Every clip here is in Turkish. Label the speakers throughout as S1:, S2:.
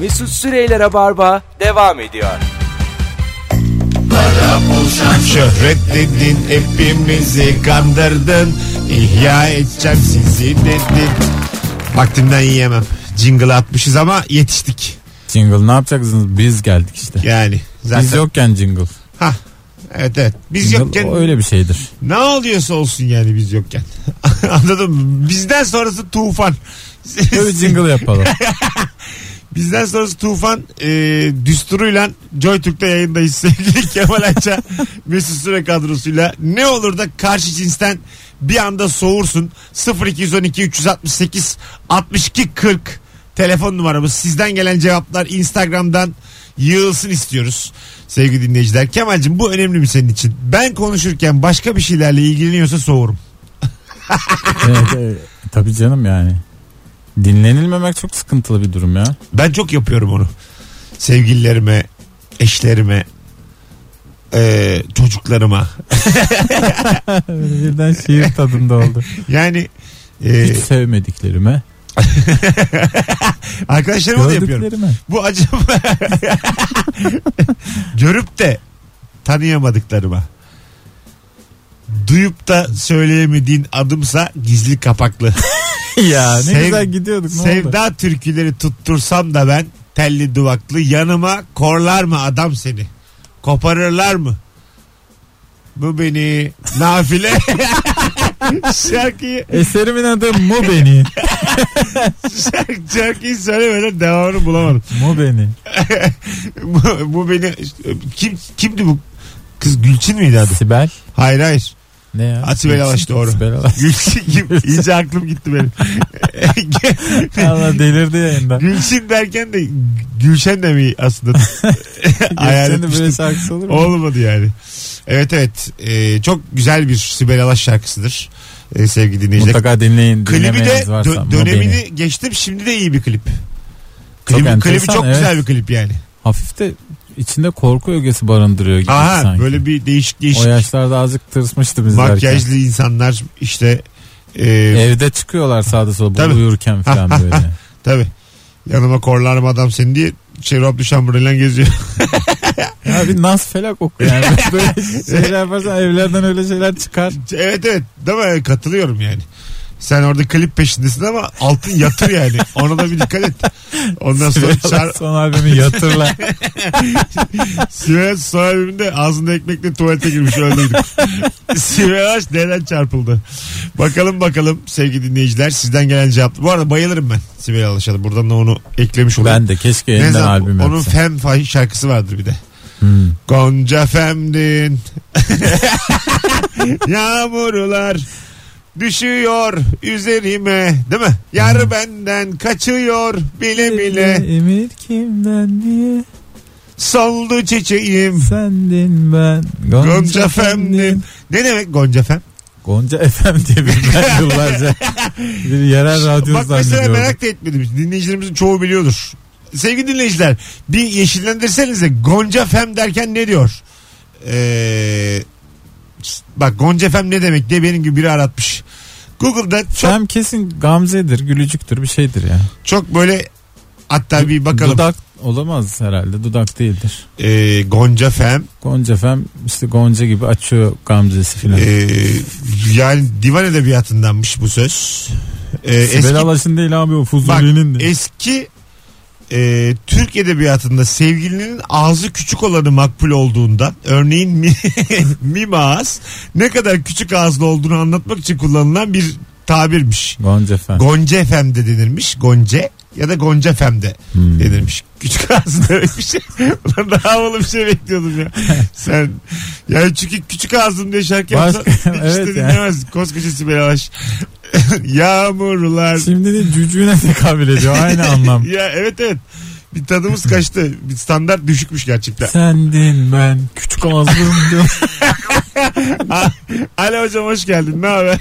S1: Mesut Süreyler'e barba devam ediyor.
S2: Şöhret dedin hepimizi kandırdın İhya edeceğim sizi dedin Vaktimden yiyemem Jingle atmışız ama yetiştik
S3: Jingle ne yapacaksınız? Biz geldik işte.
S2: yani zaten.
S3: Biz yokken jingle.
S2: Hah. Evet evet. Biz
S3: Jingle
S2: yokken
S3: o öyle bir şeydir.
S2: ne oluyorsa olsun yani biz yokken. Anladın mı? Bizden sonrası tufan.
S3: Böyle jingle yapalım.
S2: Bizden sonrası Tufan e, düsturuyla Joy Türk'te yayındayız sevgili Kemal Ayça Mesut Süre kadrosuyla. Ne olur da karşı cinsten bir anda soğursun 0212 368 62 40 telefon numaramız. Sizden gelen cevaplar Instagram'dan yığılsın istiyoruz sevgili dinleyiciler. Kemal'cim bu önemli mi senin için? Ben konuşurken başka bir şeylerle ilgileniyorsa soğurum.
S3: evet, evet. E, Tabii canım yani. Dinlenilmemek çok sıkıntılı bir durum ya.
S2: Ben çok yapıyorum onu. Sevgililerime, eşlerime, eee, çocuklarıma.
S3: Birden şiir tadında oldu.
S2: Yani e, eee
S3: Hiç sevmediklerime,
S2: arkadaşlarıma da yapıyorum.
S3: gördüklerime.
S2: Bu acaba görüp de tanıyamadıklarıma. Duyup da söyleyemediğin adımsa gizli kapaklı.
S3: ya ne
S2: Sev-
S3: güzel gidiyorduk. Ne oldu?
S2: Sevda türküleri tuttursam da ben telli duvaklı yanıma korlar mı adam seni? Koparırlar mı? Bu beni nafile şarkıyı,
S3: Eserimin adı Mu Beni.
S2: şarkıyı söylemeden devamını bulamadım.
S3: Mu Beni.
S2: bu, bu beni kim kimdi bu? Kız Gülçin miydi adı?
S3: Sibel.
S2: Hayır hayır.
S3: Ne ya?
S2: Atibel Avaş doğru.
S3: Sibel Avaş.
S2: Gülçin kim? İyice aklım gitti benim.
S3: Allah delirdi yayında.
S2: Gülçin derken de Gülşen de mi aslında? Hayal
S3: Geçen de böyle
S2: etmiştim.
S3: şarkısı olur mu?
S2: Olmadı yani. Evet evet. Ee, çok güzel bir Sibel Alaş şarkısıdır. Ee, sevgili dinleyiciler.
S3: Mutlaka dinleyin.
S2: Klibi de
S3: Dinlemeyeniniz varsa.
S2: dö-
S3: Mu
S2: dönemini
S3: Beni.
S2: geçtim. Şimdi de iyi bir klip.
S3: Çok
S2: Klibi çok, klibi
S3: enteresan,
S2: çok
S3: evet.
S2: güzel bir klip yani.
S3: Hafif de içinde korku ögesi barındırıyor gibi
S2: Aha
S3: sanki.
S2: böyle bir değişik
S3: O
S2: değişik
S3: yaşlarda azıcık tırsmıştı biz derken.
S2: makyajlı insanlar işte e,
S3: Evde çıkıyorlar sağda sola bu
S2: Tabii.
S3: uyurken falan böyle.
S2: tabi yanıma korlar mı adam seni diye şey Rob Duşambur'la geziyor.
S3: ya bir nas felak oku yani. böyle şeyler yaparsan evlerden öyle şeyler çıkar.
S2: evet evet değil mi? Katılıyorum yani. Sen orada klip peşindesin ama altın yatır yani. Ona da bir dikkat et. Ondan sonra çar,
S3: Son albümü yatırla.
S2: Sivel sahibinde ağzında ekmekle tuvalete girmiş öldürdük. Sivel Ağaç neden çarpıldı? Bakalım bakalım sevgili dinleyiciler sizden gelen cevap. Bu arada bayılırım ben Sivel Ağaç'a. Buradan da onu eklemiş olayım.
S3: ben de keşke
S2: Ne
S3: yeniden
S2: zaman-
S3: albüm
S2: Onun
S3: yapsam.
S2: Fem Fay şarkısı vardır bir de.
S3: Hmm.
S2: Gonca Femdin. Yağmurlar düşüyor üzerime değil mi? Yarı benden kaçıyor bile bile.
S3: Emir kimden diye
S2: Soldu çiçeğim.
S3: sendin ben.
S2: Gonca Femdin. Ne demek Gonca Fem?
S3: Gonca FM diye bir ben yıllarca bir yerel radyo
S2: Bak mesela
S3: zannediyordum.
S2: merak da etmedim. Dinleyicilerimizin çoğu biliyordur. Sevgili dinleyiciler bir yeşillendirsenize Gonca Fem derken ne diyor? Ee, bak Gonca Fem ne demek diye benim gibi biri aratmış. Google'da çok,
S3: Fem kesin gamzedir, gülücüktür bir şeydir ya.
S2: çok böyle hatta bir bakalım.
S3: Dudak olamaz herhalde. Dudak değildir.
S2: Ee, Gonca Fem
S3: Gonca Fem işte Gonca gibi açıyor gamzesi filan.
S2: ee, yani divan edebiyatındanmış bu söz. Ee,
S3: Sibel Alaş'ın değil abi o
S2: Bak
S3: Fuzuli'nin de.
S2: eski e, Türk edebiyatında sevgilinin ağzı küçük olanı makbul olduğunda örneğin mi, mim ağız ne kadar küçük ağızlı olduğunu anlatmak için kullanılan bir tabirmiş.
S3: Gonca Fem.
S2: Gonca efemde denirmiş. Gonca ya da Gonca efemde
S3: Hmm.
S2: denirmiş. Küçük ağızlı demek bir şey. Ulan daha havalı bir şey bekliyordum ya. Sen yani çünkü küçük ağzım diye şarkı
S3: Başka-
S2: yapsan hiç de
S3: Evet ya.
S2: dinlemez. Koskoca Sibel Alaş. Yağmurlar
S3: Şimdi de cücüğüne tekabül ediyor. Aynı anlam.
S2: ya evet evet. Bir tadımız kaçtı. Bir standart düşükmüş gerçekten.
S3: Sendin ben küçük ağzım diyor.
S2: A- Alo hocam hoş geldin. Ne haber?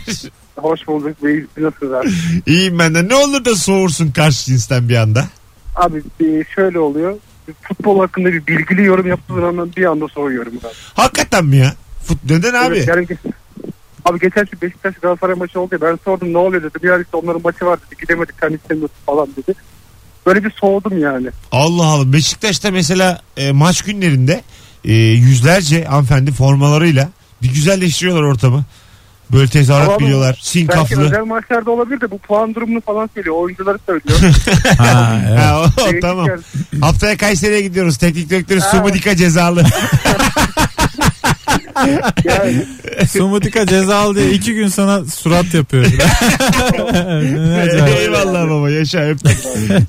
S4: Hoş bulduk Bey. Nasılsınız abi?
S2: İyiyim ben de. Ne olur da soğursun karşı cinsten bir anda.
S4: abi e, şöyle oluyor. Futbol hakkında bir bilgili yorum yaptığım zaman bir anda soğuyorum ben.
S2: Hakikaten mi ya? Fut neden abi?
S4: Evet, yani ge- abi geçen şu Beşiktaş Galatasaray maçı oldu ya ben sordum ne oluyor dedi. Bir ara işte onların maçı var dedi gidemedik sen istemiyorsun falan dedi. Böyle bir soğudum yani.
S2: Allah Allah. Beşiktaş'ta mesela e, maç günlerinde e, yüzlerce hanımefendi formalarıyla bir güzelleştiriyorlar ortamı. Böyle tezahürat
S4: Tamam.
S2: biliyorlar. Sin
S4: Belki
S2: kaflı.
S4: özel maçlarda olabilir de bu puan durumunu falan söylüyor. Oyuncuları söylüyor. Şey,
S3: Ha, evet.
S2: Ha, o-
S4: Değişik
S2: tamam.
S4: yani.
S2: Haftaya Kayseri'ye gidiyoruz. Teknik direktörü
S4: Ha.
S2: Subudika cezalı.
S4: Yani
S3: Sumutika cezalı diye iki gün sana surat yapıyor. ne acayip.
S2: Eyvallah baba yaşa öptük.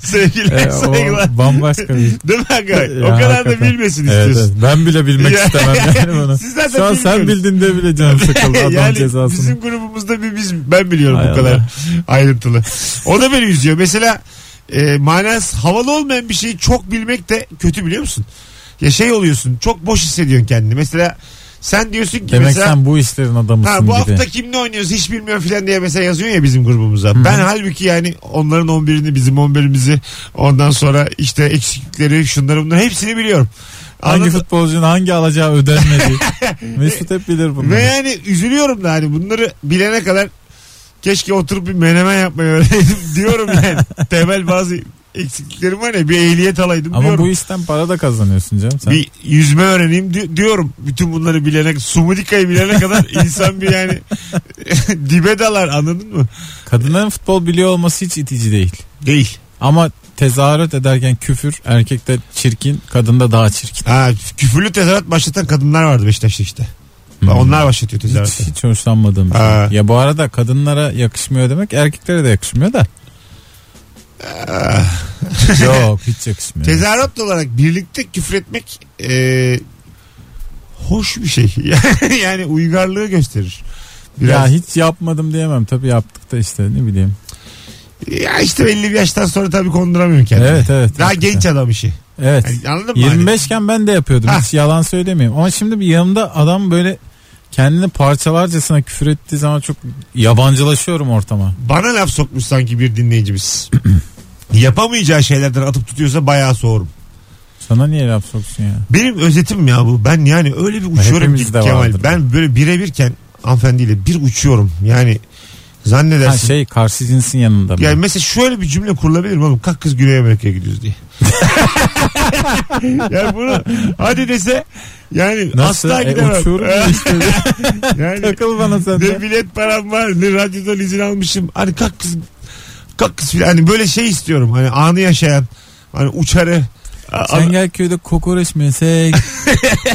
S2: Sevgiler
S3: Ee,
S2: saygılar.
S3: o bambaşka bir
S2: Değil mi aga?
S3: Ya,
S2: o kadar da
S3: hakikaten.
S2: bilmesin
S3: Evet,
S2: istiyorsun.
S3: evet. Ben bile bilmek
S2: Ya.
S3: istemem yani bunu.
S2: Siz zaten
S3: Şu an sen
S2: bilmiyorsunuz.
S3: bildin de bile canım sıkıldı adam
S2: yani
S3: cezasını.
S2: bizim grubumuzda bir biz ben biliyorum
S3: Hay
S2: bu kadar
S3: Allah.
S2: ayrıntılı. O da beni üzüyor. Mesela e, manas havalı olmayan bir şeyi çok bilmek de kötü biliyor musun? Ya şey oluyorsun çok boş hissediyorsun kendini. Mesela sen diyorsun ki
S3: Demek
S2: mesela
S3: sen bu işlerin adamısın
S2: Ha, bu
S3: gibi.
S2: hafta kimle oynuyoruz hiç bilmiyorum filan diye mesela yazıyor ya bizim grubumuza. Ben halbuki yani onların 11'ini bizim 11'imizi ondan sonra işte eksiklikleri şunları bunları hepsini biliyorum.
S3: hangi
S2: Anladın?
S3: futbolcunun hangi alacağı ödenmedi. Mesut hep bilir bunu.
S2: Ve yani üzülüyorum da hani bunları bilene kadar keşke oturup bir menemen yapmayı öğreneydim diyorum yani. Temel bazı eksikliklerim var ya bir ehliyet alaydım
S3: Ama
S2: diyorum.
S3: bu işten para da kazanıyorsun canım sen.
S2: Bir yüzme öğreneyim di- diyorum. Bütün bunları bilene, sumudikayı bilene kadar insan bir yani dibe dalar anladın mı?
S3: Kadınların futbol biliyor olması hiç itici değil.
S2: Değil.
S3: Ama tezahürat ederken küfür erkekte çirkin, kadında daha çirkin.
S2: Ha, küfürlü tezahürat başlatan kadınlar vardı Beşiktaş'ta işte.
S3: Hmm.
S2: Onlar başlatıyor
S3: hiç,
S2: tezahüratı.
S3: hiç hoşlanmadığım bir şey.
S2: Ha.
S3: Ya bu arada kadınlara yakışmıyor demek erkeklere de yakışmıyor da.
S2: Ah.
S3: Yok hiç yakışmıyor.
S2: Tezahürat olarak birlikte küfür etmek e, hoş bir şey. yani uygarlığı gösterir.
S3: Ya
S2: Biraz. Ya,
S3: hiç yapmadım diyemem. Tabii yaptık da işte ne bileyim.
S2: işte belli bir yaştan sonra tabii konduramıyorum kendini.
S3: Evet evet.
S2: Daha
S3: hakikaten.
S2: genç adam işi.
S3: Evet.
S2: Yani anladın mı? hani?
S3: 25 iken ben de yapıyordum.
S2: Ha.
S3: Hiç yalan söylemeyeyim. Ama şimdi bir yanımda adam böyle kendini parçalarcasına küfür ettiği zaman çok yabancılaşıyorum ortama.
S2: Hani bana laf sokmuş sanki bir dinleyicimiz. Yapamayacağı şeylerden atıp tutuyorsa bayağı soğurum.
S3: Sana niye laf soksun ya?
S2: Benim özetim ya bu. Ben yani öyle bir uçuyorum ki
S3: Hepimizde
S2: Kemal.
S3: vardır.
S2: Ben böyle birebirken hanımefendiyle bir uçuyorum. Yani
S3: Ha
S2: zannedersin.
S3: şey karşı cinsin yanında mı?
S2: Yani mesela şöyle bir cümle kurulabilir mi oğlum? Kalk kız Güney Amerika'ya gidiyoruz diye. yani bunu hadi dese yani
S3: Nasıl?
S2: asla
S3: E,
S2: gidemem.
S3: uçuyorum ya işte.
S2: yani
S3: Takıl bana sen de.
S2: ne bilet param var ne radyodan izin almışım. Hani kalk kız kalk kız filan. Hani böyle şey istiyorum. Hani anı yaşayan. Hani uçarı. A- a-
S3: Çengelköy'de kokoreç mi yesek?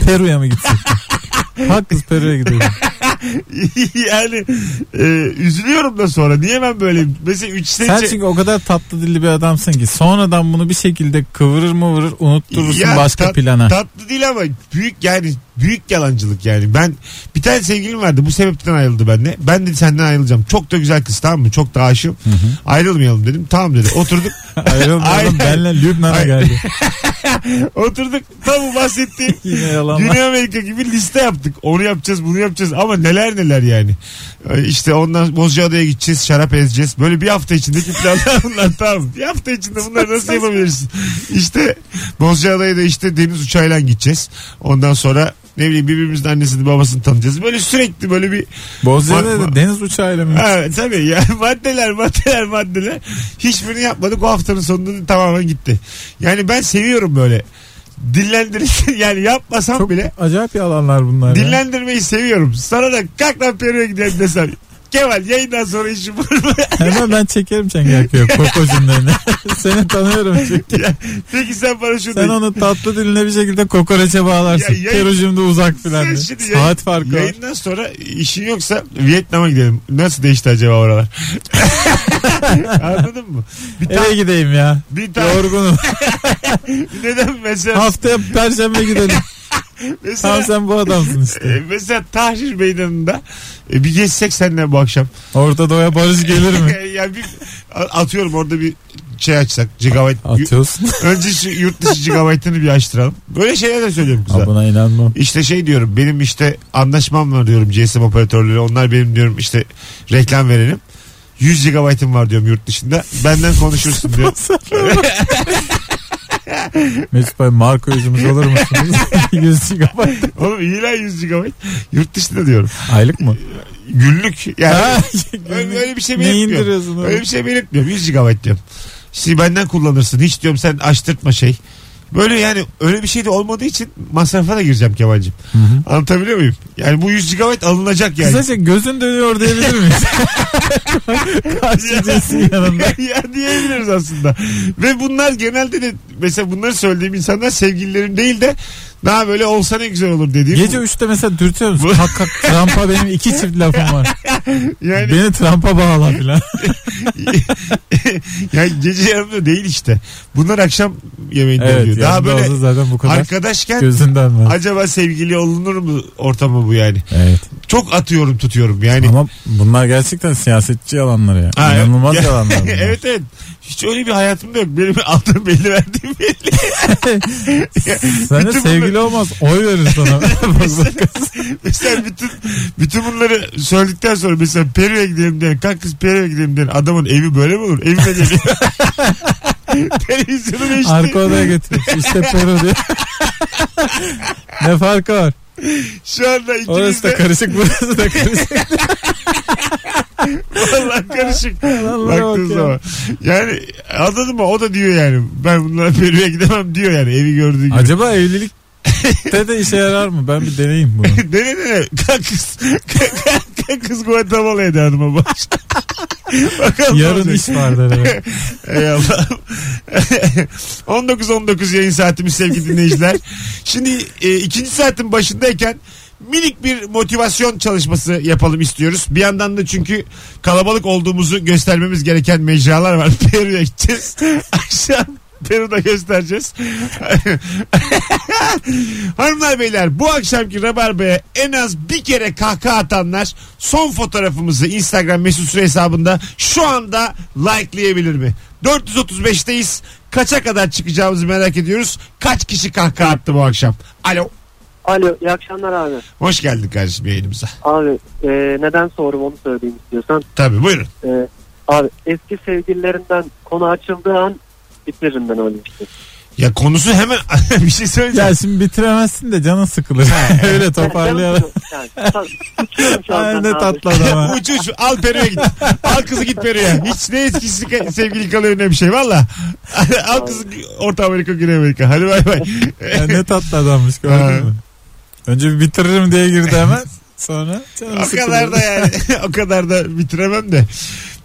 S3: Peru'ya mı gitsek? Kalk kız Peru'ya gidelim.
S2: yani e, üzülüyorum da sonra. Niye ben böyle mesela üç
S3: Sen
S2: sene
S3: çünkü o kadar tatlı dilli bir adamsın ki sonradan bunu bir şekilde kıvırır mı vurur unutturursun
S2: Ya
S3: başka
S2: tat-
S3: plana.
S2: Tatlı değil ama büyük yani büyük yalancılık yani. Ben bir tane sevgilim vardı bu sebepten ayrıldı bende. Ben de senden ayrılacağım. Çok da güzel kız tamam mı? Çok da aşığım. Ayrılmayalım dedim. Tamam dedi. Oturduk. Ay-
S3: Ayrılmadan benle Lübnan'a
S2: Ay-
S3: geldi.
S2: oturduk. Tam bu bahsettiğim
S3: Yine yalan.
S2: Güney Amerika gibi liste yaptık. Onu yapacağız bunu yapacağız ama neler neler yani. Ee, İşte ondan Bozcaada'ya gideceğiz şarap ezeceğiz. Böyle bir hafta içindeki planlar bunlar tamam. Bir hafta içinde bunları nasıl yapabilirsin? İşte Bozcaada'ya da işte deniz uçağıyla gideceğiz. Ondan sonra ne bileyim birbirimizin annesini babasını tanıyacağız. Böyle sürekli böyle bir
S3: Bozcaada'da
S2: Bak-
S3: da deniz uçağıyla mı?
S2: ha, tabii yani maddeler maddeler maddeler. Hiçbirini yapmadık o haftanın sonunda da tamamen gitti. Yani ben seviyorum böyle. Dillendirirsin yani yapmasam
S3: Çok
S2: bile.
S3: acayip yalanlar bunlar. ya.
S2: Dinlendirmeyi seviyorum. Sana da kalk lan Peru'ya gidelim desem. Kemal yayından sonra işim var mı?
S3: Hemen ben çekerim Çengelköy'e koko cümlelerini. Seni tanıyorum çünkü.
S2: Ya, Peki sen bana şunu
S3: Sen
S2: de-
S3: onu tatlı diline bir şekilde kokoreçe bağlarsın.
S2: Ya yayın-
S3: Perucum da uzak filan.
S2: Sen
S3: de.
S2: şimdi yayın-
S3: Saat farkı var.
S2: Yayından sonra işin yoksa Vietnam'a gidelim. Nasıl değişti acaba oralar? Anladın mı? Bir tane
S3: Eve gideyim ya.
S2: bir tane
S3: Yorgunum.
S2: neden mesela
S3: Haftaya perşembe gidelim. Tamam
S2: mesela,
S3: sen bu adamsın işte.
S2: e, mesela Tahrir Meydanı'nda e, bir geçsek seninle bu akşam.
S3: Orta Doğu'ya barış gelir mi?
S2: yani bir a- atıyorum orada bir şey açsak gigabyte.
S3: Atıyorsun.
S2: Önce şu yurt dışı gigabyte'ını bir açtıralım. Böyle şeyler de söylüyorum kıza.
S3: Aa, buna inanmam.
S2: İşte şey diyorum benim işte anlaşmam var diyorum GSM operatörleri onlar benim diyorum işte reklam verelim. 100 GB'ım var diyorum yurt dışında. Benden konuşursun diyor.
S3: Mesut Bey marka yüzümüz olur musunuz? 100 GB.
S2: Oğlum iyi lan 100 GB. Yurt dışında diyorum.
S3: Aylık mı?
S2: Günlük yani.
S3: Ha,
S2: öyle, öyle bir şey
S3: ne
S2: belirtmiyorum.
S3: indiriyorsun? oğlum?
S2: şey Öyle bir şey belirtmiyorum. 100 GB diyorum. Şimdi benden kullanırsın. Hiç diyorum sen açtırtma şey. Böyle yani öyle bir şey de olmadığı için masrafa da gireceğim Kemal'cim. Anlatabiliyor muyum? Yani bu 100 GB alınacak yani.
S3: Kısaca gözün dönüyor diyebilir miyiz? Karşı cinsin yanında.
S2: ya diyebiliriz aslında. Ve bunlar genelde de mesela bunları söylediğim insanlar sevgililerim değil de daha böyle olsa ne güzel olur dediğim.
S3: Gece 3'te mesela dürtüyor musun? Kalk kalk Trump'a benim iki çift lafım var.
S2: yani,
S3: Beni Trump'a bağla filan.
S2: yani gece yarımda değil işte. Bunlar akşam yemeğinde
S3: evet
S2: oluyor. Daha
S3: daha
S2: böyle
S3: olsa zaten bu kadar.
S2: arkadaşken
S3: Gözünden var.
S2: acaba sevgili olunur mu ortamı bu yani?
S3: Evet.
S2: Çok atıyorum tutuyorum yani.
S3: Ama bunlar gerçekten siyasetçi yalanları ya.
S2: Hani- Ha, evet.
S3: İnanılmaz
S2: Ya-
S3: yalanlar bunlar.
S2: evet evet. Hiç öyle bir hayatımda yok. Benim altım belli verdiğim belli.
S3: Sen de
S2: Bütün
S3: sevgili olmaz oy verir sana.
S2: Mesela E bütün, bütün bunları söyledikten sonra mesela Peru'ya gidelim diyen kalk kız Peru'ya gidelim diyen adamın evi böyle mi olur? Evime geliyor. Televizyonu değişti.
S3: Arka odaya götürür. İşte Peru diyor. ne farkı var?
S2: Şu anda
S3: Orası
S2: ikimiz
S3: da
S2: de
S3: karışık burası da karışık.
S2: vallahi karışık.
S3: Vallahi
S2: Baktığın
S3: bak ya.
S2: zaman. Yani anladın mı? O da diyor yani. Ben bunlara Peru'ya gidemem diyor yani. Evi gördüğü gibi.
S3: Acaba evlilikte de işe yarar mı? Ben bir deneyeyim bunu.
S2: Dene dene. Kalk kız. Kalk kız Guatemala'ya de hanıma baş. Bakalım ne
S3: Yarın
S2: olacak.
S3: iş var der. evet.
S2: Ey Allah'ım. 19-19 yayın saatimiz sevgili dinleyiciler. Şimdi e, ikinci saatin başındayken minik bir motivasyon çalışması yapalım istiyoruz. Bir yandan da çünkü kalabalık olduğumuzu göstermemiz gereken mecralar var. Peru'ya gideceğiz. Akşam Peru'da göstereceğiz. Hanımlar beyler bu akşamki Rabarba'ya en az bir kere kahkaha atanlar son fotoğrafımızı Instagram mesut süre hesabında şu anda likelayabilir mi? 435'teyiz. Kaça kadar çıkacağımızı merak ediyoruz. Kaç kişi kahkaha attı bu akşam? Alo.
S5: Alo iyi akşamlar abi.
S2: Hoş geldin kardeşim yayınımıza.
S5: Abi e, neden sorum onu söyleyeyim istiyorsan.
S2: Tabii buyurun.
S5: E, abi eski sevgililerinden konu açıldığı an bitiririm ben öyle işte.
S2: Ya konusu hemen bir şey söyleyeceğim.
S3: Ya şimdi bitiremezsin de canın sıkılır. Öyle toparlayarak.
S5: Yani, tam- tutuyorum şu an
S3: Ay
S5: senden
S3: ne
S5: abi.
S3: tatlı adam ha.
S2: uç uç al Peru'ya git. Al kızı git Peru'ya. Hiç ne eskisi ka- sevgili kalıyor ne bir şey valla. al kızı Orta Amerika Güney Amerika. Hadi bay bay.
S3: Ya ne tatlı adammış
S2: Ha.
S3: gördün mü? Önce bir bitiririm diye girdi hemen. Sonra canım
S2: O kadar da yani o kadar da bitiremem de.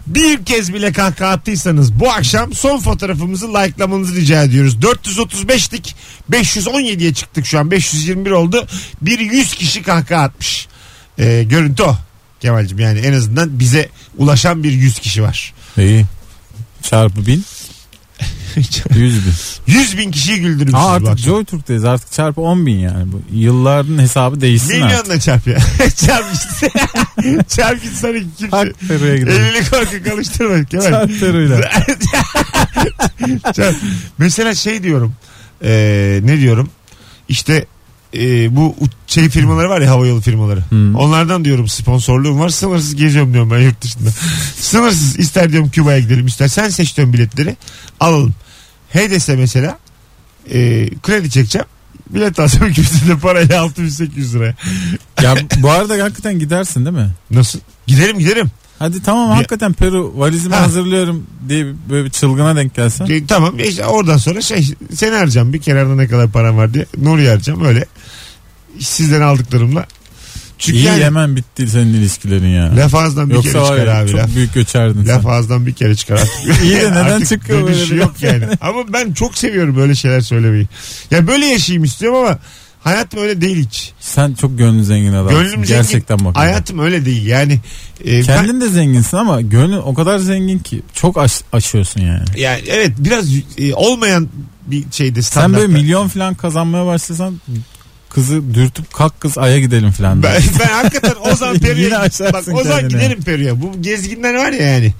S2: Bir kez bile kahkaha attıysanız bu akşam son fotoğrafımızı likelamanızı rica ediyoruz. 435'lik 517'ye çıktık şu an 521 oldu. Bir 100 kişi kahkaha atmış. Ee, görüntü o Kemal'cim yani en azından bize ulaşan bir 100 kişi var.
S3: İyi. Çarpı bin. Yüz bin.
S2: 100 bin kişiyi güldürmüşüz
S3: Ha
S2: bu
S3: artık
S2: akşam.
S3: Joy Türk'teyiz artık çarpı 10 bin yani. Bu yılların hesabı değişsin artık.
S2: Milyonla çarp ya. çarp gitsin. çarp gitsin hani
S3: Hak
S2: kimse.
S3: Peru'ya gidelim.
S2: Elini korku kalıştırma Kemal.
S3: Çarp Peru'yla.
S2: Can, mesela şey diyorum. Ee, ne diyorum? İşte ee, bu u- şey firmaları var ya havayolu firmaları.
S3: Hmm.
S2: Onlardan diyorum sponsorluğum var. Sınırsız geziyorum diyorum ben yurt dışında. Sınırsız ister diyorum Küba'ya gidelim ister. Sen seç diyorum biletleri. Alalım. HDS'e mesela ee, kredi çekeceğim. Bilet alsam ikimizin de parayla 6800 liraya.
S3: Ya bu arada hakikaten gidersin değil mi?
S2: Nasıl? Giderim giderim.
S3: Hadi tamam
S2: Ya-
S3: hakikaten Peru valizimi
S2: Ha.
S3: hazırlıyorum diye bir- böyle bir çılgına denk gelsen.
S2: E, tamam E işte oradan sonra şey seni harcayacağım bir kenarda ne kadar param var diye Nuri'yi harcayacağım öyle sizden aldıklarımla. Çünkü
S3: İyi
S2: yani
S3: Yemen bitti senin ilişkilerin ya.
S2: laf ağızdan bir
S3: Yoksa
S2: kere
S3: var
S2: çıkar
S3: ya,
S2: abi
S3: çok
S2: laf.
S3: büyük göçerdin
S2: Laf
S3: sen.
S2: ağızdan bir kere çıkar. artık.
S3: İyi de neden
S2: Artık
S3: çıkıyor
S2: dönüşü
S3: böyle bir
S2: yok yani. ama ben çok seviyorum böyle şeyler söylemeyi. Ya böyle yaşayayım istiyorum ama hayatım öyle değil hiç.
S3: Sen çok gönlü zengin adamsın.
S2: Gönlüm zengin.
S3: Gerçekten bak.
S2: Hayatım öyle değil yani. E, ben-
S3: Kendin de zenginsin ama gönlün o kadar zengin ki çok aş- aşıyorsun yani.
S2: yani evet biraz e, olmayan bir şeyde
S3: Sen
S2: standartta.
S3: böyle milyon falan kazanmaya başlasan kızı dürtüp kalk kız aya gidelim falan.
S2: Ben,
S3: dersin.
S2: ben hakikaten Ozan
S3: Yine
S2: Peri'ye
S3: açarsın
S2: bak Ozan
S3: kendini.
S2: giderim Peri'ye. Bu gezginler var ya yani.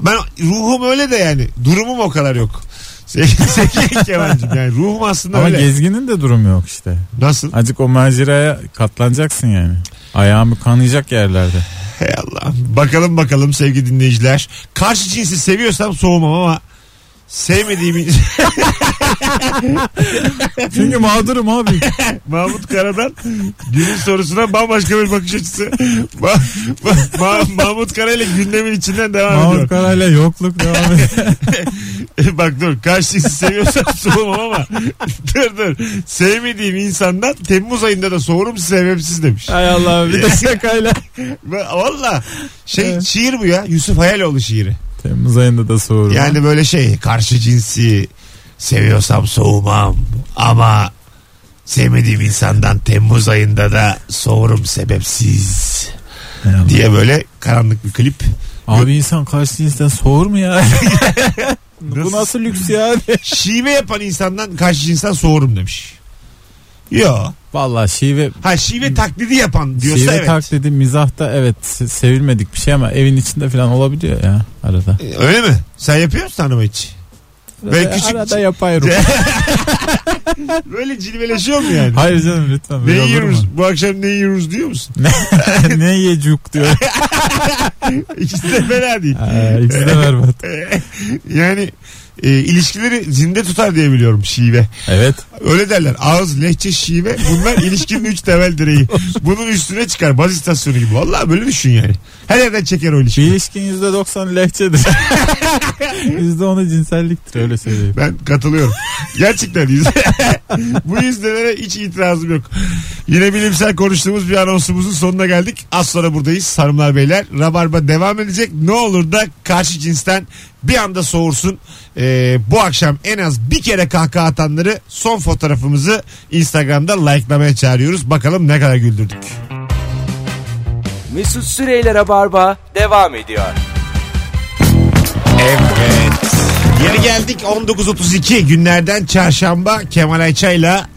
S2: Ben ruhum öyle de yani. Durumum o kadar yok. Sevgili sevgili Kemal'cim yani ruhum aslında
S3: Ama
S2: öyle.
S3: gezginin de durumu yok işte.
S2: Nasıl?
S3: Azıcık o maceraya katlanacaksın yani. Ayağımı kanayacak yerlerde.
S2: Hey Allah. Bakalım bakalım sevgili dinleyiciler. Karşı cinsi seviyorsam soğumam ama Sevmediğim in-
S3: Çünkü mağdurum abi.
S2: Mahmut Kara'dan günün sorusuna bambaşka bir bakış açısı. Ma- Ma- Ma- Mahmut Kara ile gündemin içinden devam
S3: Mahmut
S2: ediyor.
S3: Karay'la yokluk devam ediyor.
S2: Bak dur karşıyı seviyorsan soğumam ama dur dur. Sevmediğim insandan Temmuz ayında da soğurum sebepsiz demiş.
S3: Hay Allah bir de şakayla.
S2: Va- Valla şey
S3: Evet.
S2: şiir bu ya Yusuf Hayaloğlu şiiri.
S3: Temmuz ayında da soğurum.
S2: Yani böyle şey karşı cinsi seviyorsam soğumam ama sevmediğim insandan Temmuz ayında da soğurum sebepsiz
S3: Hay Allah.
S2: diye böyle karanlık bir klip.
S3: Abi insan karşı cinsten soğur mu ya? Bu nasıl lüks ya?
S2: Şive yapan insandan karşı cinsten soğurum demiş. Yo.
S3: Valla şive
S2: Ha şive taklidi yapan diyorsa
S3: şive
S2: evet.
S3: taklidi mizahta evet se- sevilmedik bir şey ama evin içinde falan olabiliyor ya arada.
S2: Ee, Öyle mi? Sen yapıyor musun hanım hiç? Ben
S3: arada,
S2: küçük-
S3: arada yapıyorum.
S2: Böyle cilveleşiyor mu yani?
S3: Hayır canım lütfen.
S2: Ne
S3: böyle olur mu?
S2: yiyoruz? Bu akşam ne yiyoruz diyor musun?
S3: ne yecuk diyor.
S2: İkisi de fena değil.
S3: Ee, ikisi de berbat.
S2: yani e, ilişkileri zinde tutar diye biliyorum şive.
S3: Evet.
S2: Öyle derler. Ağız, lehçe, şive bunlar ilişkinin üç temel direği. Bunun üstüne çıkar. Baz istasyonu gibi. Vallahi böyle düşün yani. Her yerden çeker o
S3: Bir
S2: ilişki.
S3: ilişkin %90 lehçedir. %10'u cinselliktir öyle söyleyeyim.
S2: Ben katılıyorum. Gerçekten yüz. Bu yüzdelere hiç itirazım yok. Yine bilimsel konuştuğumuz bir anonsumuzun sonuna geldik. Az sonra buradayız hanımlar beyler. Rabarba devam edecek. Ne olur da karşı cinsten bir anda soğursun. Ee, bu akşam en az bir kere kahkaha atanları son fotoğrafımızı Instagram'da likelamaya çağırıyoruz. Bakalım ne kadar güldürdük.
S1: Mesut Süreyler'e barba devam ediyor.
S2: Evet. Geri geldik 19.32 günlerden çarşamba Kemal Ayça'yla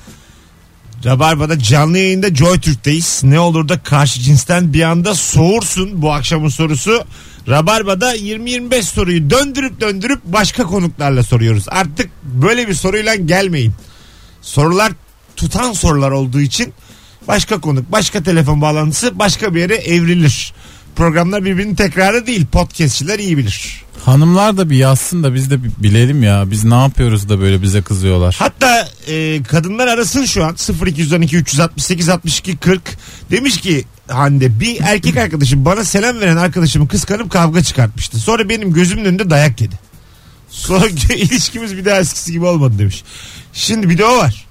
S2: Rabarba'da canlı yayında Joy Türk'teyiz. Ne olur da karşı cinsten bir anda soğursun bu akşamın sorusu. Rabarba'da 20-25 soruyu döndürüp döndürüp başka konuklarla soruyoruz. Artık böyle bir soruyla gelmeyin. Sorular tutan sorular olduğu için başka konuk, başka telefon bağlantısı başka bir yere evrilir. Programlar birbirinin tekrarı değil. Podcastçiler iyi bilir.
S3: Hanımlar da bir yazsın da biz de bir bilelim ya. Biz ne yapıyoruz da böyle bize kızıyorlar.
S2: Hatta e, kadınlar arasın şu an 0212 368 62 40 demiş ki Hande bir erkek arkadaşım bana selam veren arkadaşımı kıskanıp kavga çıkartmıştı. Sonra benim gözümün önünde dayak yedi. Sonra ilişkimiz bir daha eskisi gibi olmadı demiş. Şimdi bir de o var.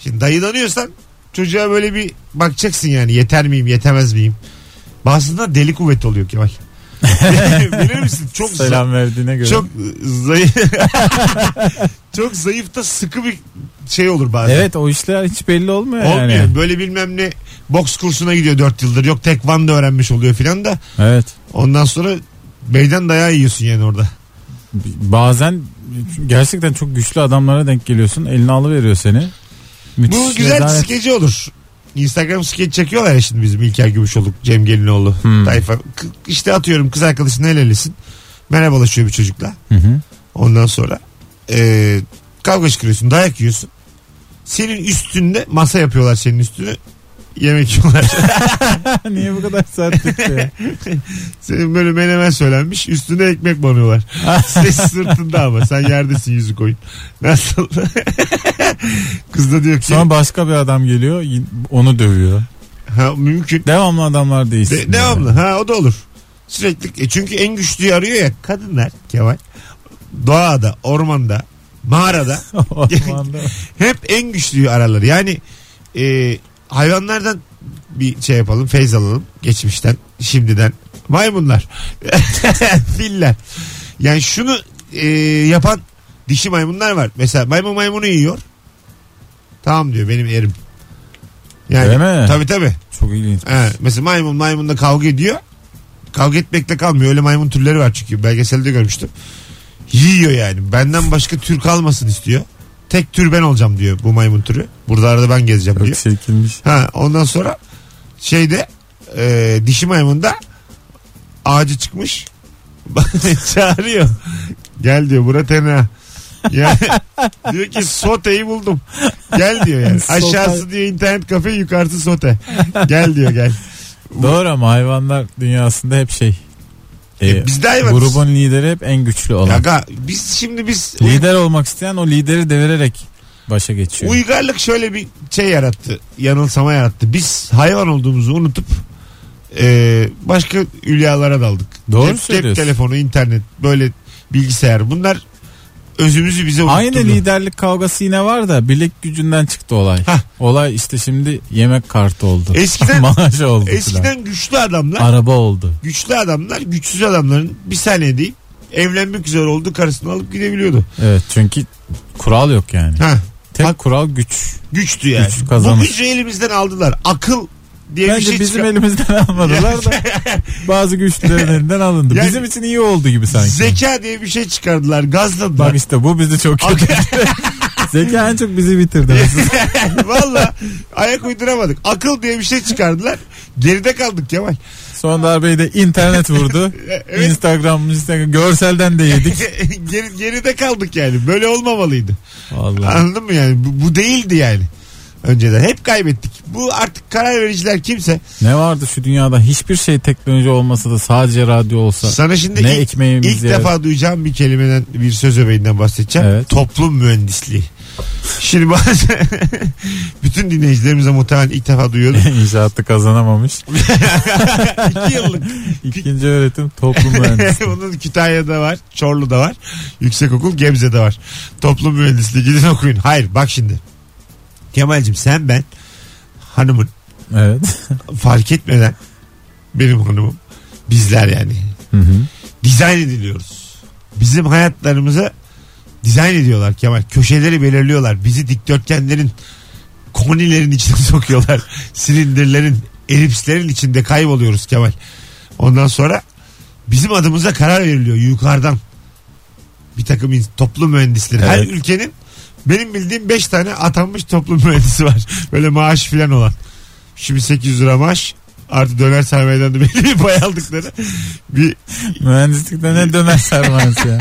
S2: Şimdi dayılanıyorsan çocuğa böyle bir bakacaksın yani yeter miyim yetemez miyim? Bazısında deli kuvvet oluyor Kemal. Bilir misin? Çok za-
S3: Selam verdiğine göre.
S2: çok e, zayıf çok zayıf da sıkı bir şey olur bazen.
S3: Evet o işler hiç belli olmuyor,
S2: Olmuyor.
S3: yani.
S2: Böyle bilmem ne boks kursuna gidiyor 4 yıldır. Yok tekvando öğrenmiş oluyor filan da.
S3: Evet.
S2: Ondan sonra meydan dayağı yiyorsun yani orada.
S3: Bazen gerçekten çok güçlü adamlara denk geliyorsun. Elini alıveriyor seni. Müthiş
S2: Bu güzel
S3: rezalet.
S2: skeci olur. Instagram skeç çekiyorlar ya şimdi bizim İlker Gümüşoluk, Cem Gelinoğlu,
S3: Hmm.
S2: tayfa. K- İşte atıyorum kız arkadaşın el elesin. Merhabalaşıyor bir çocukla.
S3: Hı hı.
S2: Ondan sonra eee, kavga çıkarıyorsun, dayak yiyorsun. Senin üstünde masa yapıyorlar senin üstüne. Yemek yiyorlar.
S3: Niye bu kadar sert çıktı ya?
S2: Senin böyle menemen söylenmiş. Üstüne ekmek banıyorlar. Ses sırtında ama sen yerdesin yüzü koyun. Nasıl? Kız da diyor ki
S3: Sonra başka bir adam geliyor y- onu dövüyor.
S2: ha, mümkün.
S3: Devamlı adamlar değilsin.
S2: De, devamlı. Ha o da olur. Sürekli. E, çünkü en güçlüyü arıyor ya kadınlar Kemal. Doğada, ormanda, mağarada
S3: Ormanda.
S2: hep en güçlüyü ararlar. Yani e, hayvanlardan bir şey yapalım, feyz alalım geçmişten, şimdiden. Maymunlar, filler. Yani şunu e, yapan dişi maymunlar var. Mesela maymun maymunu yiyor. Tamam diyor benim erim. Yani
S3: Öyle mi?
S2: tabii tabii.
S3: Çok ilginç.
S2: He, mesela maymun maymunla kavga ediyor. Kavga etmekle kalmıyor. Öyle maymun türleri var çünkü. Belgeselde görmüştüm. Yiyor yani. Benden başka tür kalmasın istiyor. Tek tür ben olacağım diyor bu maymun türü. Burada arada ben gezeceğim
S3: Çok
S2: diyor.
S3: çirkinmiş.
S2: Ha, ondan sonra şeyde e, dişi maymun da ağacı çıkmış. Çağırıyor. Gel diyor bura tena. Yani, diyor ki soteyi buldum. Gel diyor yani.
S3: Sote.
S2: Aşağısı diyor internet kafe yukarısı sote. Gel diyor gel.
S3: Doğru ama hayvanlar dünyasında hep şey. E,
S2: biz de hayvanız.
S3: grubun lideri hep en güçlü olan.
S2: Kaka biz şimdi biz
S3: Lider olmak isteyen o lideri devirerek başa geçiyor.
S2: uygarlık şöyle bir şey yarattı. Yanılsama yarattı. Biz hayvan olduğumuzu unutup e, başka ülyalara daldık.
S3: Doğru
S2: Cep- Cep
S3: söylüyorsun.
S2: telefonu, internet, böyle bilgisayar bunlar özümüzü bize unutturdu.
S3: Aynı liderlik kavgası yine var da bilek gücünden çıktı olay.
S2: Hah.
S3: Olay işte şimdi yemek kartı oldu.
S2: Eskiden-
S3: maaş oldu. Eskiden
S2: Eskiden güçlü adamlar
S3: araba oldu.
S2: güçlü adamlar güçsüz adamların bir saniye deyip evlenmek üzere oldu karısını alıp gidebiliyordu.
S3: Evet çünkü kural yok yani.
S2: Ha,
S3: Tek
S2: Bak-
S3: kural güç.
S2: güçtü yani.
S3: Güç
S2: Bu
S3: kazanır.
S2: gücü elimizden aldılar. Akıl diye bir
S3: Bence
S2: şey
S3: bizim
S2: çıkar-
S3: elimizden almadılar da bazı güçlerin elinden alındı.
S2: Yani-
S3: bizim için iyi oldu gibi sanki.
S2: Zeka diye bir şey çıkardılar. Gazladılar.
S3: Bak işte bu bizi çok kötü. Zeka en çok bizi bitirdi.
S2: Valla ayak uyduramadık. Akıl diye bir şey çıkardılar. Geride kaldık Kemal.
S3: Son darbeyi de internet vurdu.
S2: Evet.
S3: Instagram, Instagram görselden de yedik.
S2: Geri- geride kaldık yani. Böyle olmamalıydı.
S3: Vallahi.
S2: Anladın mı yani? Bu, bu değildi yani. Önceden hep kaybettik. Bu artık karar vericiler kimse.
S3: Ne vardı şu dünyada hiçbir şey teknoloji olmasa da sadece radyo olsa.
S2: Sana şimdi
S3: ne
S2: ilk,
S3: ekmeğimiz
S2: ilk
S3: yer.
S2: defa duyacağım bir kelimeden bir söz öbeğinden bahsedeceğim.
S3: Evet.
S2: Toplum mühendisliği. Şimdi bazen bütün dinleyicilerimize muhtemelen ilk defa duyuyorum.
S3: İnşaatta kazanamamış.
S2: İki yıllık.
S3: İkinci öğretim toplum mühendisliği.
S2: Bunun Kütahya'da var, Çorlu'da var, Yüksekokul Gebze'de var. Toplum mühendisliği gidin okuyun. Hayır bak şimdi. Kemal'cim sen ben hanımın
S3: Evet.
S2: fark etmeden benim hanımım bizler yani
S3: Hı hı.
S2: dizayn ediliyoruz. Bizim hayatlarımızı dizayn ediyorlar Kemal. Köşeleri belirliyorlar. Bizi dikdörtgenlerin konilerin içine sokuyorlar. Silindirlerin, elipslerin içinde kayboluyoruz Kemal. Ondan sonra bizim adımıza karar veriliyor yukarıdan. Bir takım in- toplum mühendisleri. Her
S3: Evet.
S2: ülkenin benim bildiğim 5 tane atanmış toplum mühendisi var. Böyle maaş filan olan. Şimdi 800 lira maaş artı döner sermayeden de belli bir pay aldıkları bir
S3: Mühendislikte ne döner sermayesi ya.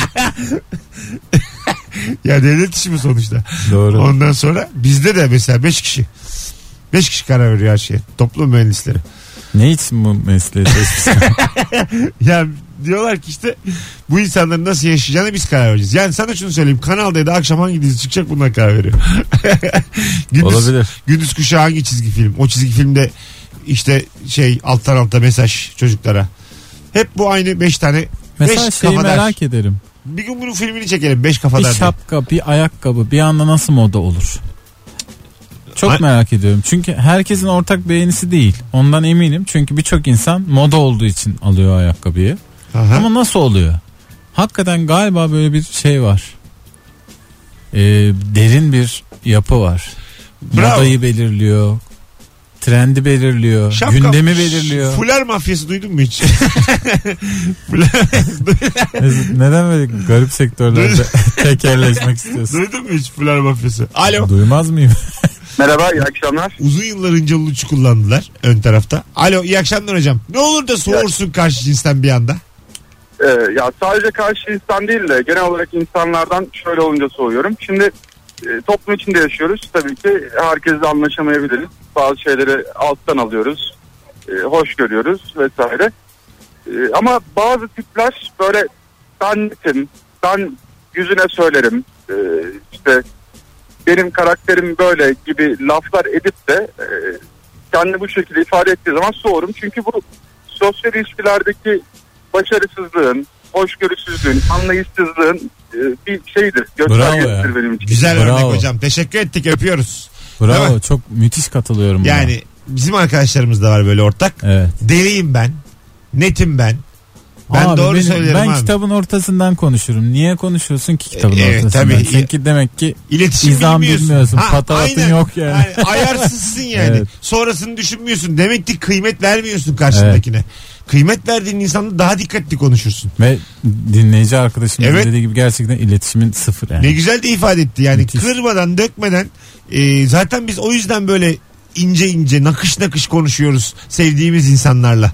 S2: Ya devlet işi bu sonuçta.
S3: Doğru.
S2: Ondan sonra bizde de mesela 5 kişi. 5 kişi karar veriyor her şeye. Toplum mühendisleri.
S3: Ne için bu mesleği seçmişsin?
S2: Ya diyorlar ki işte bu insanların nasıl yaşayacağını biz karar vereceğiz. Yani sana şunu söyleyeyim. Kanal D'de akşam hangi dizi çıkacak bunlar karar veriyor. gündüz,
S3: Olabilir.
S2: gündüz kuşağı hangi çizgi film? O çizgi filmde işte şey alttan alta mesaj çocuklara. Hep bu aynı 5 tane.
S3: Mesela
S2: beş
S3: şeyi
S2: kafadar.
S3: merak ederim.
S2: Bir gün bunun filmini çekelim 5
S3: Bir
S2: kafadar. diye.
S3: şapka, bir ayakkabı bir anda nasıl moda olur? Çok
S2: Ay-
S3: merak ediyorum. Çünkü herkesin ortak beğenisi değil. Ondan eminim. Çünkü birçok insan moda olduğu için alıyor ayakkabıyı.
S2: Aha.
S3: Ama nasıl oluyor? Hakikaten galiba böyle bir şey var. Ee, derin bir yapı var.
S2: Bravo.
S3: Modayı belirliyor. Trendi belirliyor.
S2: Şapka-
S3: gündemi belirliyor.
S2: Fular mafyası duydun mu hiç?
S3: Mesut, Neden böyle garip sektörlerde tekerleşmek istiyorsun?
S2: Duydun mu hiç fular mafyası? Alo.
S3: Duymaz mıyım?
S6: Merhaba iyi akşamlar.
S2: Uzun yıllar ince uluç kullandılar ön tarafta. Alo iyi akşamlar hocam. Ne olur da soğursun karşı cinsten bir anda.
S6: Ee, ya sadece karşı insan değil de genel olarak insanlardan şöyle olunca soğuyorum. Şimdi e, toplum içinde yaşıyoruz. Tabii ki herkesle anlaşamayabiliriz. Bazı şeyleri alttan alıyoruz. e, hoş görüyoruz vesaire. E, ama bazı tipler böyle ben netim, ben yüzüne söylerim. E, işte benim karakterim böyle gibi laflar edip de e, kendini bu şekilde ifade ettiği zaman soğurum. Çünkü bu sosyal ilişkilerdeki başarısızlığın, hoşgörüsüzlüğün, anlayışsızlığın e, bir şeydir.
S3: Bravo ya.
S6: Göstergesidir benim için.
S2: Güzel
S3: Bravo.
S2: örnek hocam. Teşekkür ettik öpüyoruz.
S3: Bravo
S2: Değil
S3: çok müthiş katılıyorum buna.
S2: Yani bizim arkadaşlarımız da var böyle ortak.
S3: Evet.
S2: Deliyim ben. Netim ben. Ben
S3: Abi
S2: doğru
S3: benim-
S2: söylerim
S3: Ben
S2: abi.
S3: kitabın ortasından konuşurum. Niye konuşuyorsun ki kitabın
S2: Evet,
S3: ortasından?
S2: tabii.
S3: Çünkü demek ki
S2: İletişim
S3: İzam
S2: bilmiyorsun.
S3: bilmiyorsun,
S2: Ha,
S3: patavatın
S2: aynen.
S3: yok yani.
S2: ayarsızsın yani.
S3: Evet.
S2: Sonrasını düşünmüyorsun. Demek ki kıymet vermiyorsun karşındakine. Kıymet verdiğin insanda daha dikkatli konuşursun.
S3: ve dinleyici arkadaşım
S2: Evet.
S3: dediği gibi gerçekten iletişimin sıfır yani.
S2: Ne güzel de ifade etti yani
S3: Müthiş.
S2: kırmadan dökmeden e, zaten biz o yüzden böyle ince ince nakış nakış konuşuyoruz sevdiğimiz insanlarla.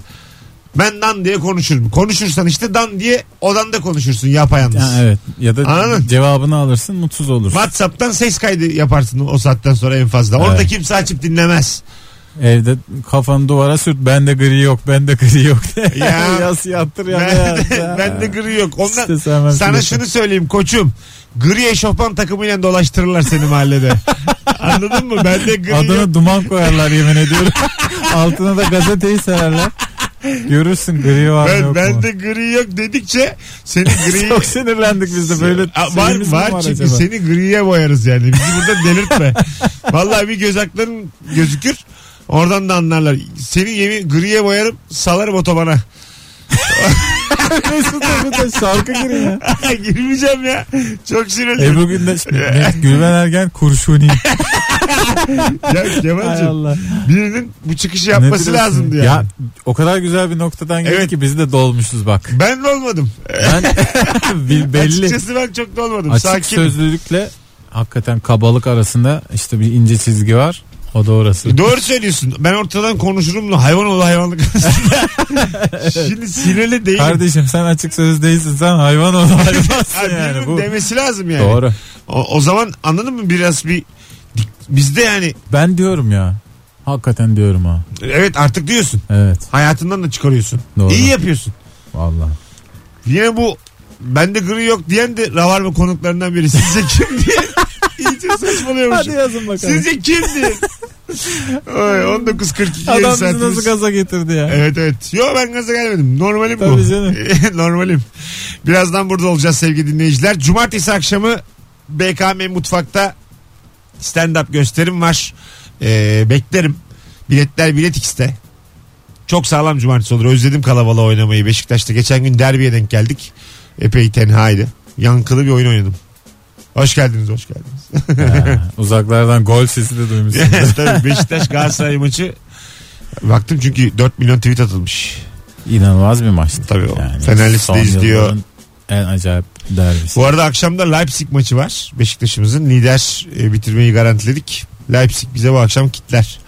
S2: Ben dan diye konuşurum. Konuşursan işte dan diye odan da konuşursun yapayalnız.
S3: Ha, evet. Ya da
S2: Anladın?
S3: cevabını alırsın mutsuz olursun.
S2: Whatsapp'tan ses kaydı yaparsın o saatten sonra en fazla. Orada
S3: Evet.
S2: kimse açıp dinlemez.
S3: Evde kafanı duvara sürt. Bende gri yok. Bende gri yok. diye.
S2: Ya.
S3: Yas yattır ya.
S2: Ben de, ben de gri yok. Ondan
S3: İşte sen ben
S2: sana
S3: biliyorum.
S2: şunu söyleyeyim koçum. Gri eşofman takımıyla dolaştırırlar seni mahallede. Anladın mı? Ben de gri yok.
S3: Adına duman koyarlar yemin ediyorum. Altına da gazeteyi sererler. Görürsün gri var mı
S2: Ben,
S3: yok mu?
S2: ben de gri yok dedikçe seni gri
S3: Çok sinirlendik biz de böyle.
S2: A- var
S3: şeyimiz mi
S2: var çünkü
S3: acaba?
S2: seni griye boyarız yani. Bizi burada delirtme. Vallahi bir göz hakların gözükür. Oradan da anlarlar. Seni yemin griye boyarım salarım otobana.
S3: Mesut Özil'den şarkı girin ya.
S2: Girmeyeceğim ya. Çok sinirliyim.
S3: Ebru Gündeş, Gülben Ergen kurşuni.
S2: Ya
S3: Hay
S2: Kemal'cim
S3: Allah.
S2: birinin bu çıkışı
S3: Ne
S2: yapması
S3: diyorsun?
S2: lazımdı yani.
S3: Ya o kadar güzel bir noktadan geldi
S2: Evet.
S3: ki biz de dolmuşuz bak.
S2: Ben de olmadım.
S3: Ben bil- belli.
S2: Açıkçası ben çok da olmadım.
S3: Açık
S2: Sakin.
S3: sözlülükle hakikaten kabalık arasında işte bir ince çizgi var. O da orası.
S2: Doğru söylüyorsun. Ben ortadan konuşurum da hayvan oğlu hayvanlık arasında. Şimdi sinirli değilim.
S3: Kardeşim sen açık söz değilsin sen hayvan ol
S2: Ha,
S3: hayvansın yani
S2: birinin
S3: bu.
S2: demesi lazım yani.
S3: Doğru.
S2: O, o zaman anladın mı biraz bir bizde yani
S3: Ben diyorum ya. Hakikaten diyorum ha.
S2: evet artık diyorsun.
S3: Evet
S2: Hayatından da çıkarıyorsun.
S3: Doğru.
S2: İyi yapıyorsun.
S3: vallahi.
S2: Yine bu bende gri yok diyen de ravarma konuklarından biri. Sizce kim diye. İyice saçmalıyormuşum.
S3: yazın bakalım.
S2: Sizce kim diye. Oy, 19.42 yayın
S3: Adam bizi
S2: saatimiz.
S3: nasıl gaza getirdi ya.
S2: Evet evet. Yo ben gaza gelmedim. Normalim bu.
S3: Tabii canım.
S2: Normalim. Birazdan burada olacağız sevgili dinleyiciler. Cumartesi akşamı BKM Mutfak'ta stand-up gösterim var. Ee, beklerim. Biletler Bilet X'te. Çok sağlam cumartesi olur. Özledim kalabalığı oynamayı Beşiktaş'ta. Geçen gün derbiye denk geldik. Epey tenhaydı. Yankılı bir oyun oynadım. Hoş geldiniz, hoş geldiniz.
S3: Ha, Uzaklardan gol sesi de duymuşsun.
S2: Tabii Beşiktaş Galatasaray maçı. Baktım çünkü 4 milyon tweet atılmış.
S3: İnanılmaz bir maçtı.
S2: Tabii o. Fenerlisi
S3: son
S2: de izliyor.
S3: yılların En acayip derbisi.
S2: Bu arada akşam da Leipzig maçı var. Beşiktaş'ımızın lider e, bitirmeyi garantiledik. Leipzig bize bu akşam kitler.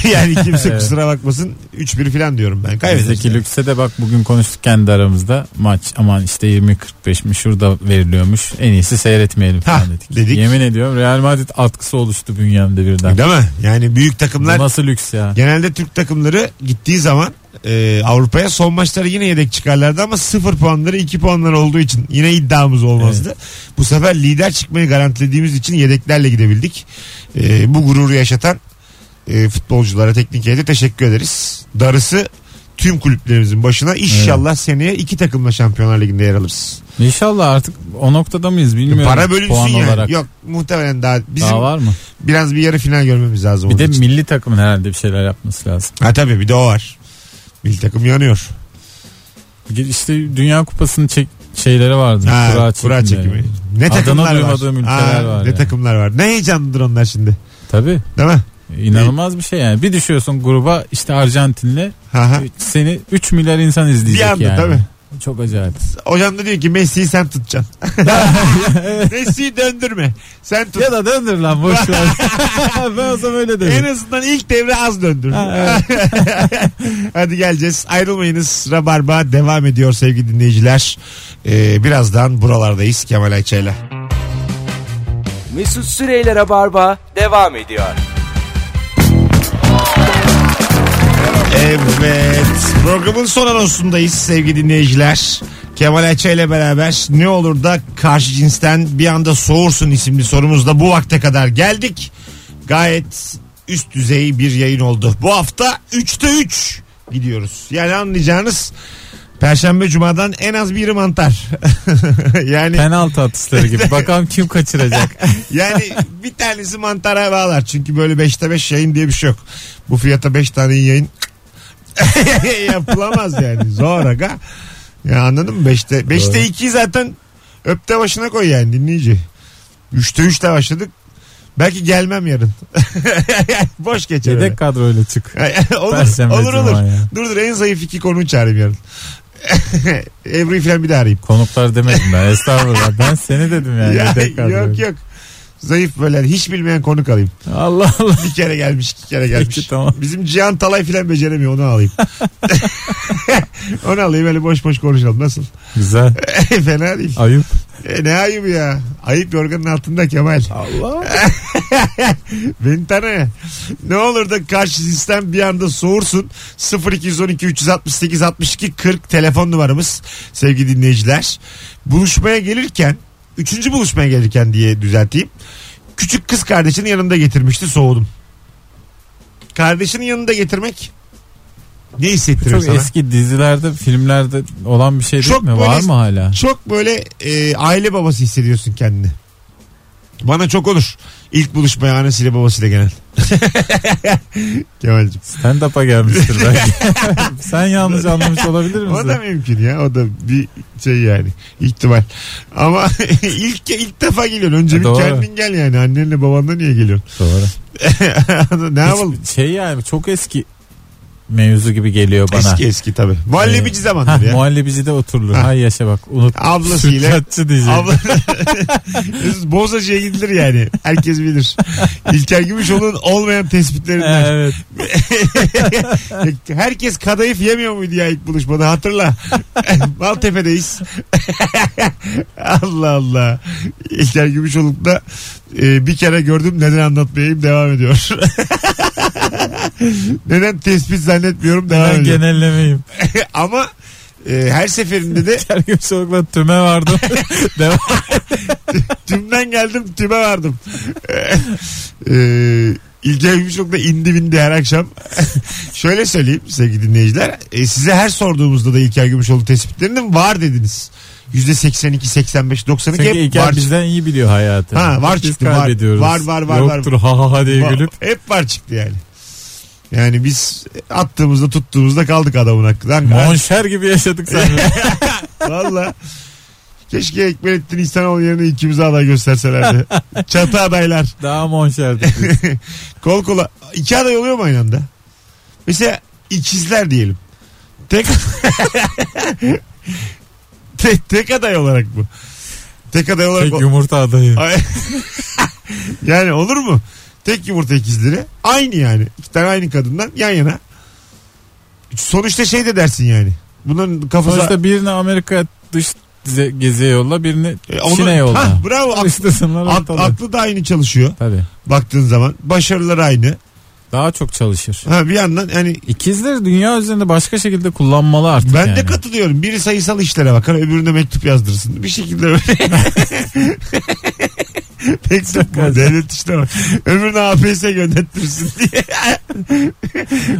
S2: yani kimse
S3: Evet.
S2: kusura bakmasın 3-1 falan diyorum ben. Kaybederiz.
S3: Bizdeki
S2: yani.
S3: lükse de bak bugün konuştuk kendi aramızda maç aman işte 20.45 mi şurada veriliyormuş en iyisi seyretmeyelim
S2: Ha,
S3: falan dedik.
S2: dedik.
S3: Yemin ediyorum Real Madrid atkısı oluştu bünyemde birden.
S2: Değil mi? Yani büyük
S3: Bu
S2: takımlar
S3: nasıl lüks ya?
S2: genelde Türk takımları gittiği zaman e, Avrupa'ya son maçları yine yedek çıkarlardı ama 0 puanları 2 puanları olduğu için yine iddiamız olmazdı. Bu sefer lider çıkmayı garantilediğimiz için yedeklerle gidebildik. E, bu gururu yaşatan e, futbolculara teknik heyete teşekkür ederiz. Darısı tüm kulüplerimizin başına inşallah seneye iki takımla Şampiyonlar Ligi'nde yer alırız.
S3: İnşallah artık o noktada mıyız bilmiyorum.
S2: Para bölünsün
S3: puan
S2: yani.
S3: olarak.
S2: Yok muhtemelen daha bizim
S3: Daha var mı?
S2: biraz bir yarı final görmemiz lazım.
S3: Bir
S2: onun
S3: de
S2: için.
S3: milli takımın herhalde bir şeyler yapması lazım.
S2: ha tabii bir de o var. Milli takım yanıyor.
S3: İşte Dünya Kupası'nın çek şeyleri vardı.
S2: Ha,
S3: kura,
S2: kura çekimi.
S3: çekimleri.
S2: Ne
S3: Adana
S2: takımlar
S3: duymadığım
S2: var.
S3: ülkeler var
S2: Ne
S3: yani.
S2: takımlar var. Ne heyecanlıdır onlar şimdi.
S3: Tabii.
S2: Değil mi?
S3: İnanılmaz bir şey yani. Bir düşüyorsun gruba işte Arjantin'le
S2: Ha ha.
S3: seni 3 milyar insan izleyecek
S2: Bir anda
S3: yani.
S2: tabii.
S3: Çok acayip.
S2: Hocam da diyor ki Messi'yi sen tutacaksın. Messi'yi döndürme. Sen tut.
S3: Ya da döndür lan boş ver. ben olsam öyle
S2: En
S3: derim.
S2: azından ilk devre az döndür.
S3: Ha,
S2: Hadi geleceğiz. Ayrılmayınız. Rabarba devam ediyor sevgili dinleyiciler. Ee, birazdan buralardayız Kemal Ayça'yla.
S1: Mesut Süreyler'e barba devam ediyor.
S2: Evet. Programın son anonsundayız sevgili dinleyiciler. Kemal Ayça ile beraber ne olur da karşı cinsten bir anda soğursun isimli sorumuzla bu vakte kadar geldik. Gayet üst düzey bir yayın oldu. Bu hafta 3'te 3 gidiyoruz. Yani anlayacağınız Perşembe Cuma'dan en az biri mantar. yani
S3: Penaltı atışları gibi. Bakalım kim kaçıracak.
S2: yani bir tanesi mantara bağlar. Çünkü böyle 5'te 5 yayın diye bir şey yok. Bu fiyata 5 tane iyi yayın yapılamaz yani. Zor aga. Ya anladın mı? 5'te 5'te 2 zaten öpte başına koy yani dinleyici. 3'te 3'te başladık. Belki gelmem yarın. Boş geçer. öyle.
S3: Yedek kadroyla çık.
S2: olur
S3: Perşembe
S2: olur olur.
S3: Cuma ya.
S2: Dur dur en zayıf iki konuğu çağırayım yarın. Ebru'yu falan bir daha arayayım.
S3: Konuklar demedim ben. Estağfurullah. Ben seni dedim yani.
S2: Ya,
S3: yedek kadroyla.
S2: yok yok. Zayıf böyle hiç bilmeyen konuk alayım.
S3: Allah Allah.
S2: Bir kere gelmiş, iki kere gelmiş.
S3: Peki, tamam.
S2: Bizim Cihan Talay filan beceremiyor onu alayım. onu alayım öyle boş boş konuşalım. Nasıl?
S3: Güzel.
S2: Fena değil.
S3: Ayıp.
S2: E, ne ayıp ya. Ayıp yorganın altında Kemal.
S3: Allah.
S2: Beni tanı ya. Ne olur da karşı sistem bir anda soğursun. 0212 368 62 40 telefon numaramız sevgili dinleyiciler. Buluşmaya gelirken, üçüncü buluşmaya gelirken diye düzelteyim. Küçük kız kardeşinin yanında getirmişti soğudum. Kardeşinin yanında getirmek ne hissettirir
S3: Çok
S2: sana?
S3: eski dizilerde, filmlerde olan bir şey değil
S2: Çok
S3: mi?
S2: böyle-
S3: Var mı hala?
S2: Çok böyle e, aile babası hissediyorsun kendini. Bana çok olur. İlk buluşmaya annesiyle babasıyla gelen. Kemal'cim.
S3: Stand up'a gelmiştir belki. Sen yanlış anlamış olabilir
S2: O da
S3: misin?
S2: mümkün ya. O da bir şey yani. ihtimal. Ama ilk ilk defa geliyorsun. Önce
S3: Ya
S2: bir
S3: E, doğru.
S2: kendin gel yani. Annenle babanla niye geliyorsun?
S3: Doğru.
S2: ne yapalım?
S3: Hiç- şey yani çok eski mevzu gibi geliyor bana.
S2: Eski eski tabii. Muhallebici
S3: Ee,
S2: zamandır
S3: hah,
S2: ya.
S3: Muhallebicide oturulur.
S2: Hah.
S3: Hay yaşa bak unut.
S2: Ablasıyla-
S3: Sütlaççı diyecek.
S2: Abla... Bozacı'ya gidilir yani. Herkes bilir. İlker Gümüşoğlu'nun olmayan
S3: Ee,
S2: tespitlerinden.
S3: evet.
S2: Herkes kadayıf yemiyor muydu ya ilk buluşmada hatırla. Maltepe'deyiz. Allah Allah. İlker Gümüşoluk'ta e, bir kere gördüm neden anlatmayayım devam ediyor. neden tespit zannetmiyorum devam
S3: Ben
S2: ediyor.
S3: genellemeyim.
S2: Ama e, her seferinde de
S3: Ergün Soluk'la tüme vardım. Devam.
S2: tümden geldim tüme vardım. e, İlker Gümüşoluk da indi bindi her akşam. Şöyle söyleyeyim sevgili dinleyiciler. E, size her sorduğumuzda da İlker Gümüşoluk tespitlerinin var dediniz. %82, 85, 92
S3: Çünkü
S2: hep
S3: İlker
S2: var.
S3: bizden iyi biliyor hayatı.
S2: Ha, var
S3: Biz
S2: çıktı, var.
S3: kaybediyoruz.
S2: Var, var, var, var.
S3: Yoktur ha ha ha diye
S2: Va-
S3: gülüp.
S2: Hep var çıktı yani. Yani biz attığımızda tuttuğumuzda kaldık adamın hakkında.
S3: Monşer gibi yaşadık seninle.
S2: Valla. Keşke Ekmelettin İhsanoğlu yerine ikimize aday gösterselerdi. Çatı adaylar.
S3: Daha monşerdik.
S2: Kol kola. İki aday oluyor mu aynı anda? Mesela ikizler diyelim. Tek... Te- tek aday olarak bu. Tek aday olarak.
S3: Tek yumurta adayı.
S2: Ay- yani olur mu? Tek yumurta ikizleri. Aynı yani. İki tane aynı kadından yan yana. Sonuçta şey de dersin yani. Bunların kafası...
S3: Sonuçta birini Amerika dış ze- geziye yolla birini
S2: E, onu-
S3: Çin'e yolla.
S2: Hah, bravo. Ak-
S3: Alıştırsınlar
S2: ak-
S3: ortalığı.
S2: aklı da aynı çalışıyor.
S3: Tabii.
S2: Baktığın zaman. Başarıları aynı.
S3: Daha çok çalışır.
S2: Ha, bir yandan yani
S3: İkizleri dünya üzerinde başka şekilde kullanmalı artık
S2: ben
S3: yani.
S2: de katılıyorum. Biri sayısal işlere bakar öbürüne mektup yazdırsın. Bir şekilde öyle. mektup mu? Devlet işine bak. Öbürüne APS göndertirsin diye.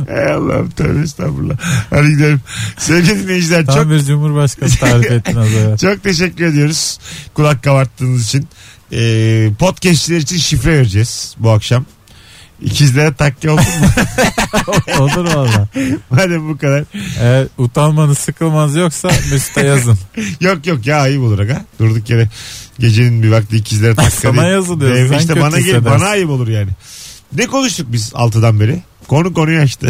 S2: Ey Allah'ım tövbe estağfurullah. Hadi gidelim. Sevgili dinleyiciler
S3: Tam
S2: çok
S3: bir cumhurbaşkanı tarif ettin az evvel.
S2: çok teşekkür ediyoruz kulak kabarttığınız için. Ee, podcastçiler için şifre vereceğiz bu akşam. İkizlere takke olsun mu?
S3: Olur valla.
S2: Madem bu kadar.
S3: Eğer utanmanız sıkılmanız yoksa Mesut'a yazın.
S2: Yok yok ya ayıp olur aga. Durduk yere gecenin bir vakti ikizlere takke.
S3: Sana yazılıyor.
S2: Devre
S3: Sen
S2: işte
S3: kötü
S2: bana, gel,
S3: hissedersin.
S2: bana ayıp olur yani. Ne konuştuk biz altıdan beri? Konu konuyu açtı.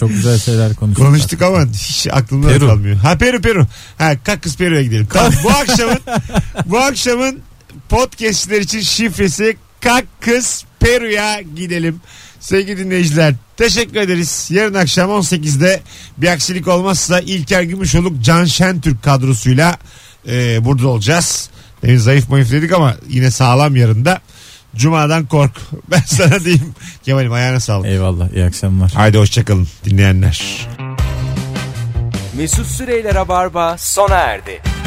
S3: Çok güzel şeyler konuştuk.
S2: Konuştuk ama hiç aklımda
S3: Peru.
S2: kalmıyor. Ha Peru Peru. Ha Kakkız Peru'ya gidelim. Tamam, bu akşamın bu akşamın podcastçiler için şifresi Kakkız Peru'ya gidelim. Sevgili dinleyiciler teşekkür ederiz. Yarın akşam 18'de bir aksilik olmazsa İlker Gümüşoluk Can Şentürk kadrosuyla e, burada olacağız. Demin zayıf mayıf dedik ama yine sağlam yarında. Cuma'dan kork. Ben sana diyeyim. Kemal'im ayağına sağlık.
S3: Eyvallah iyi akşamlar.
S2: Haydi hoşçakalın dinleyenler.
S1: Mesut Süreyler'e barba sona erdi.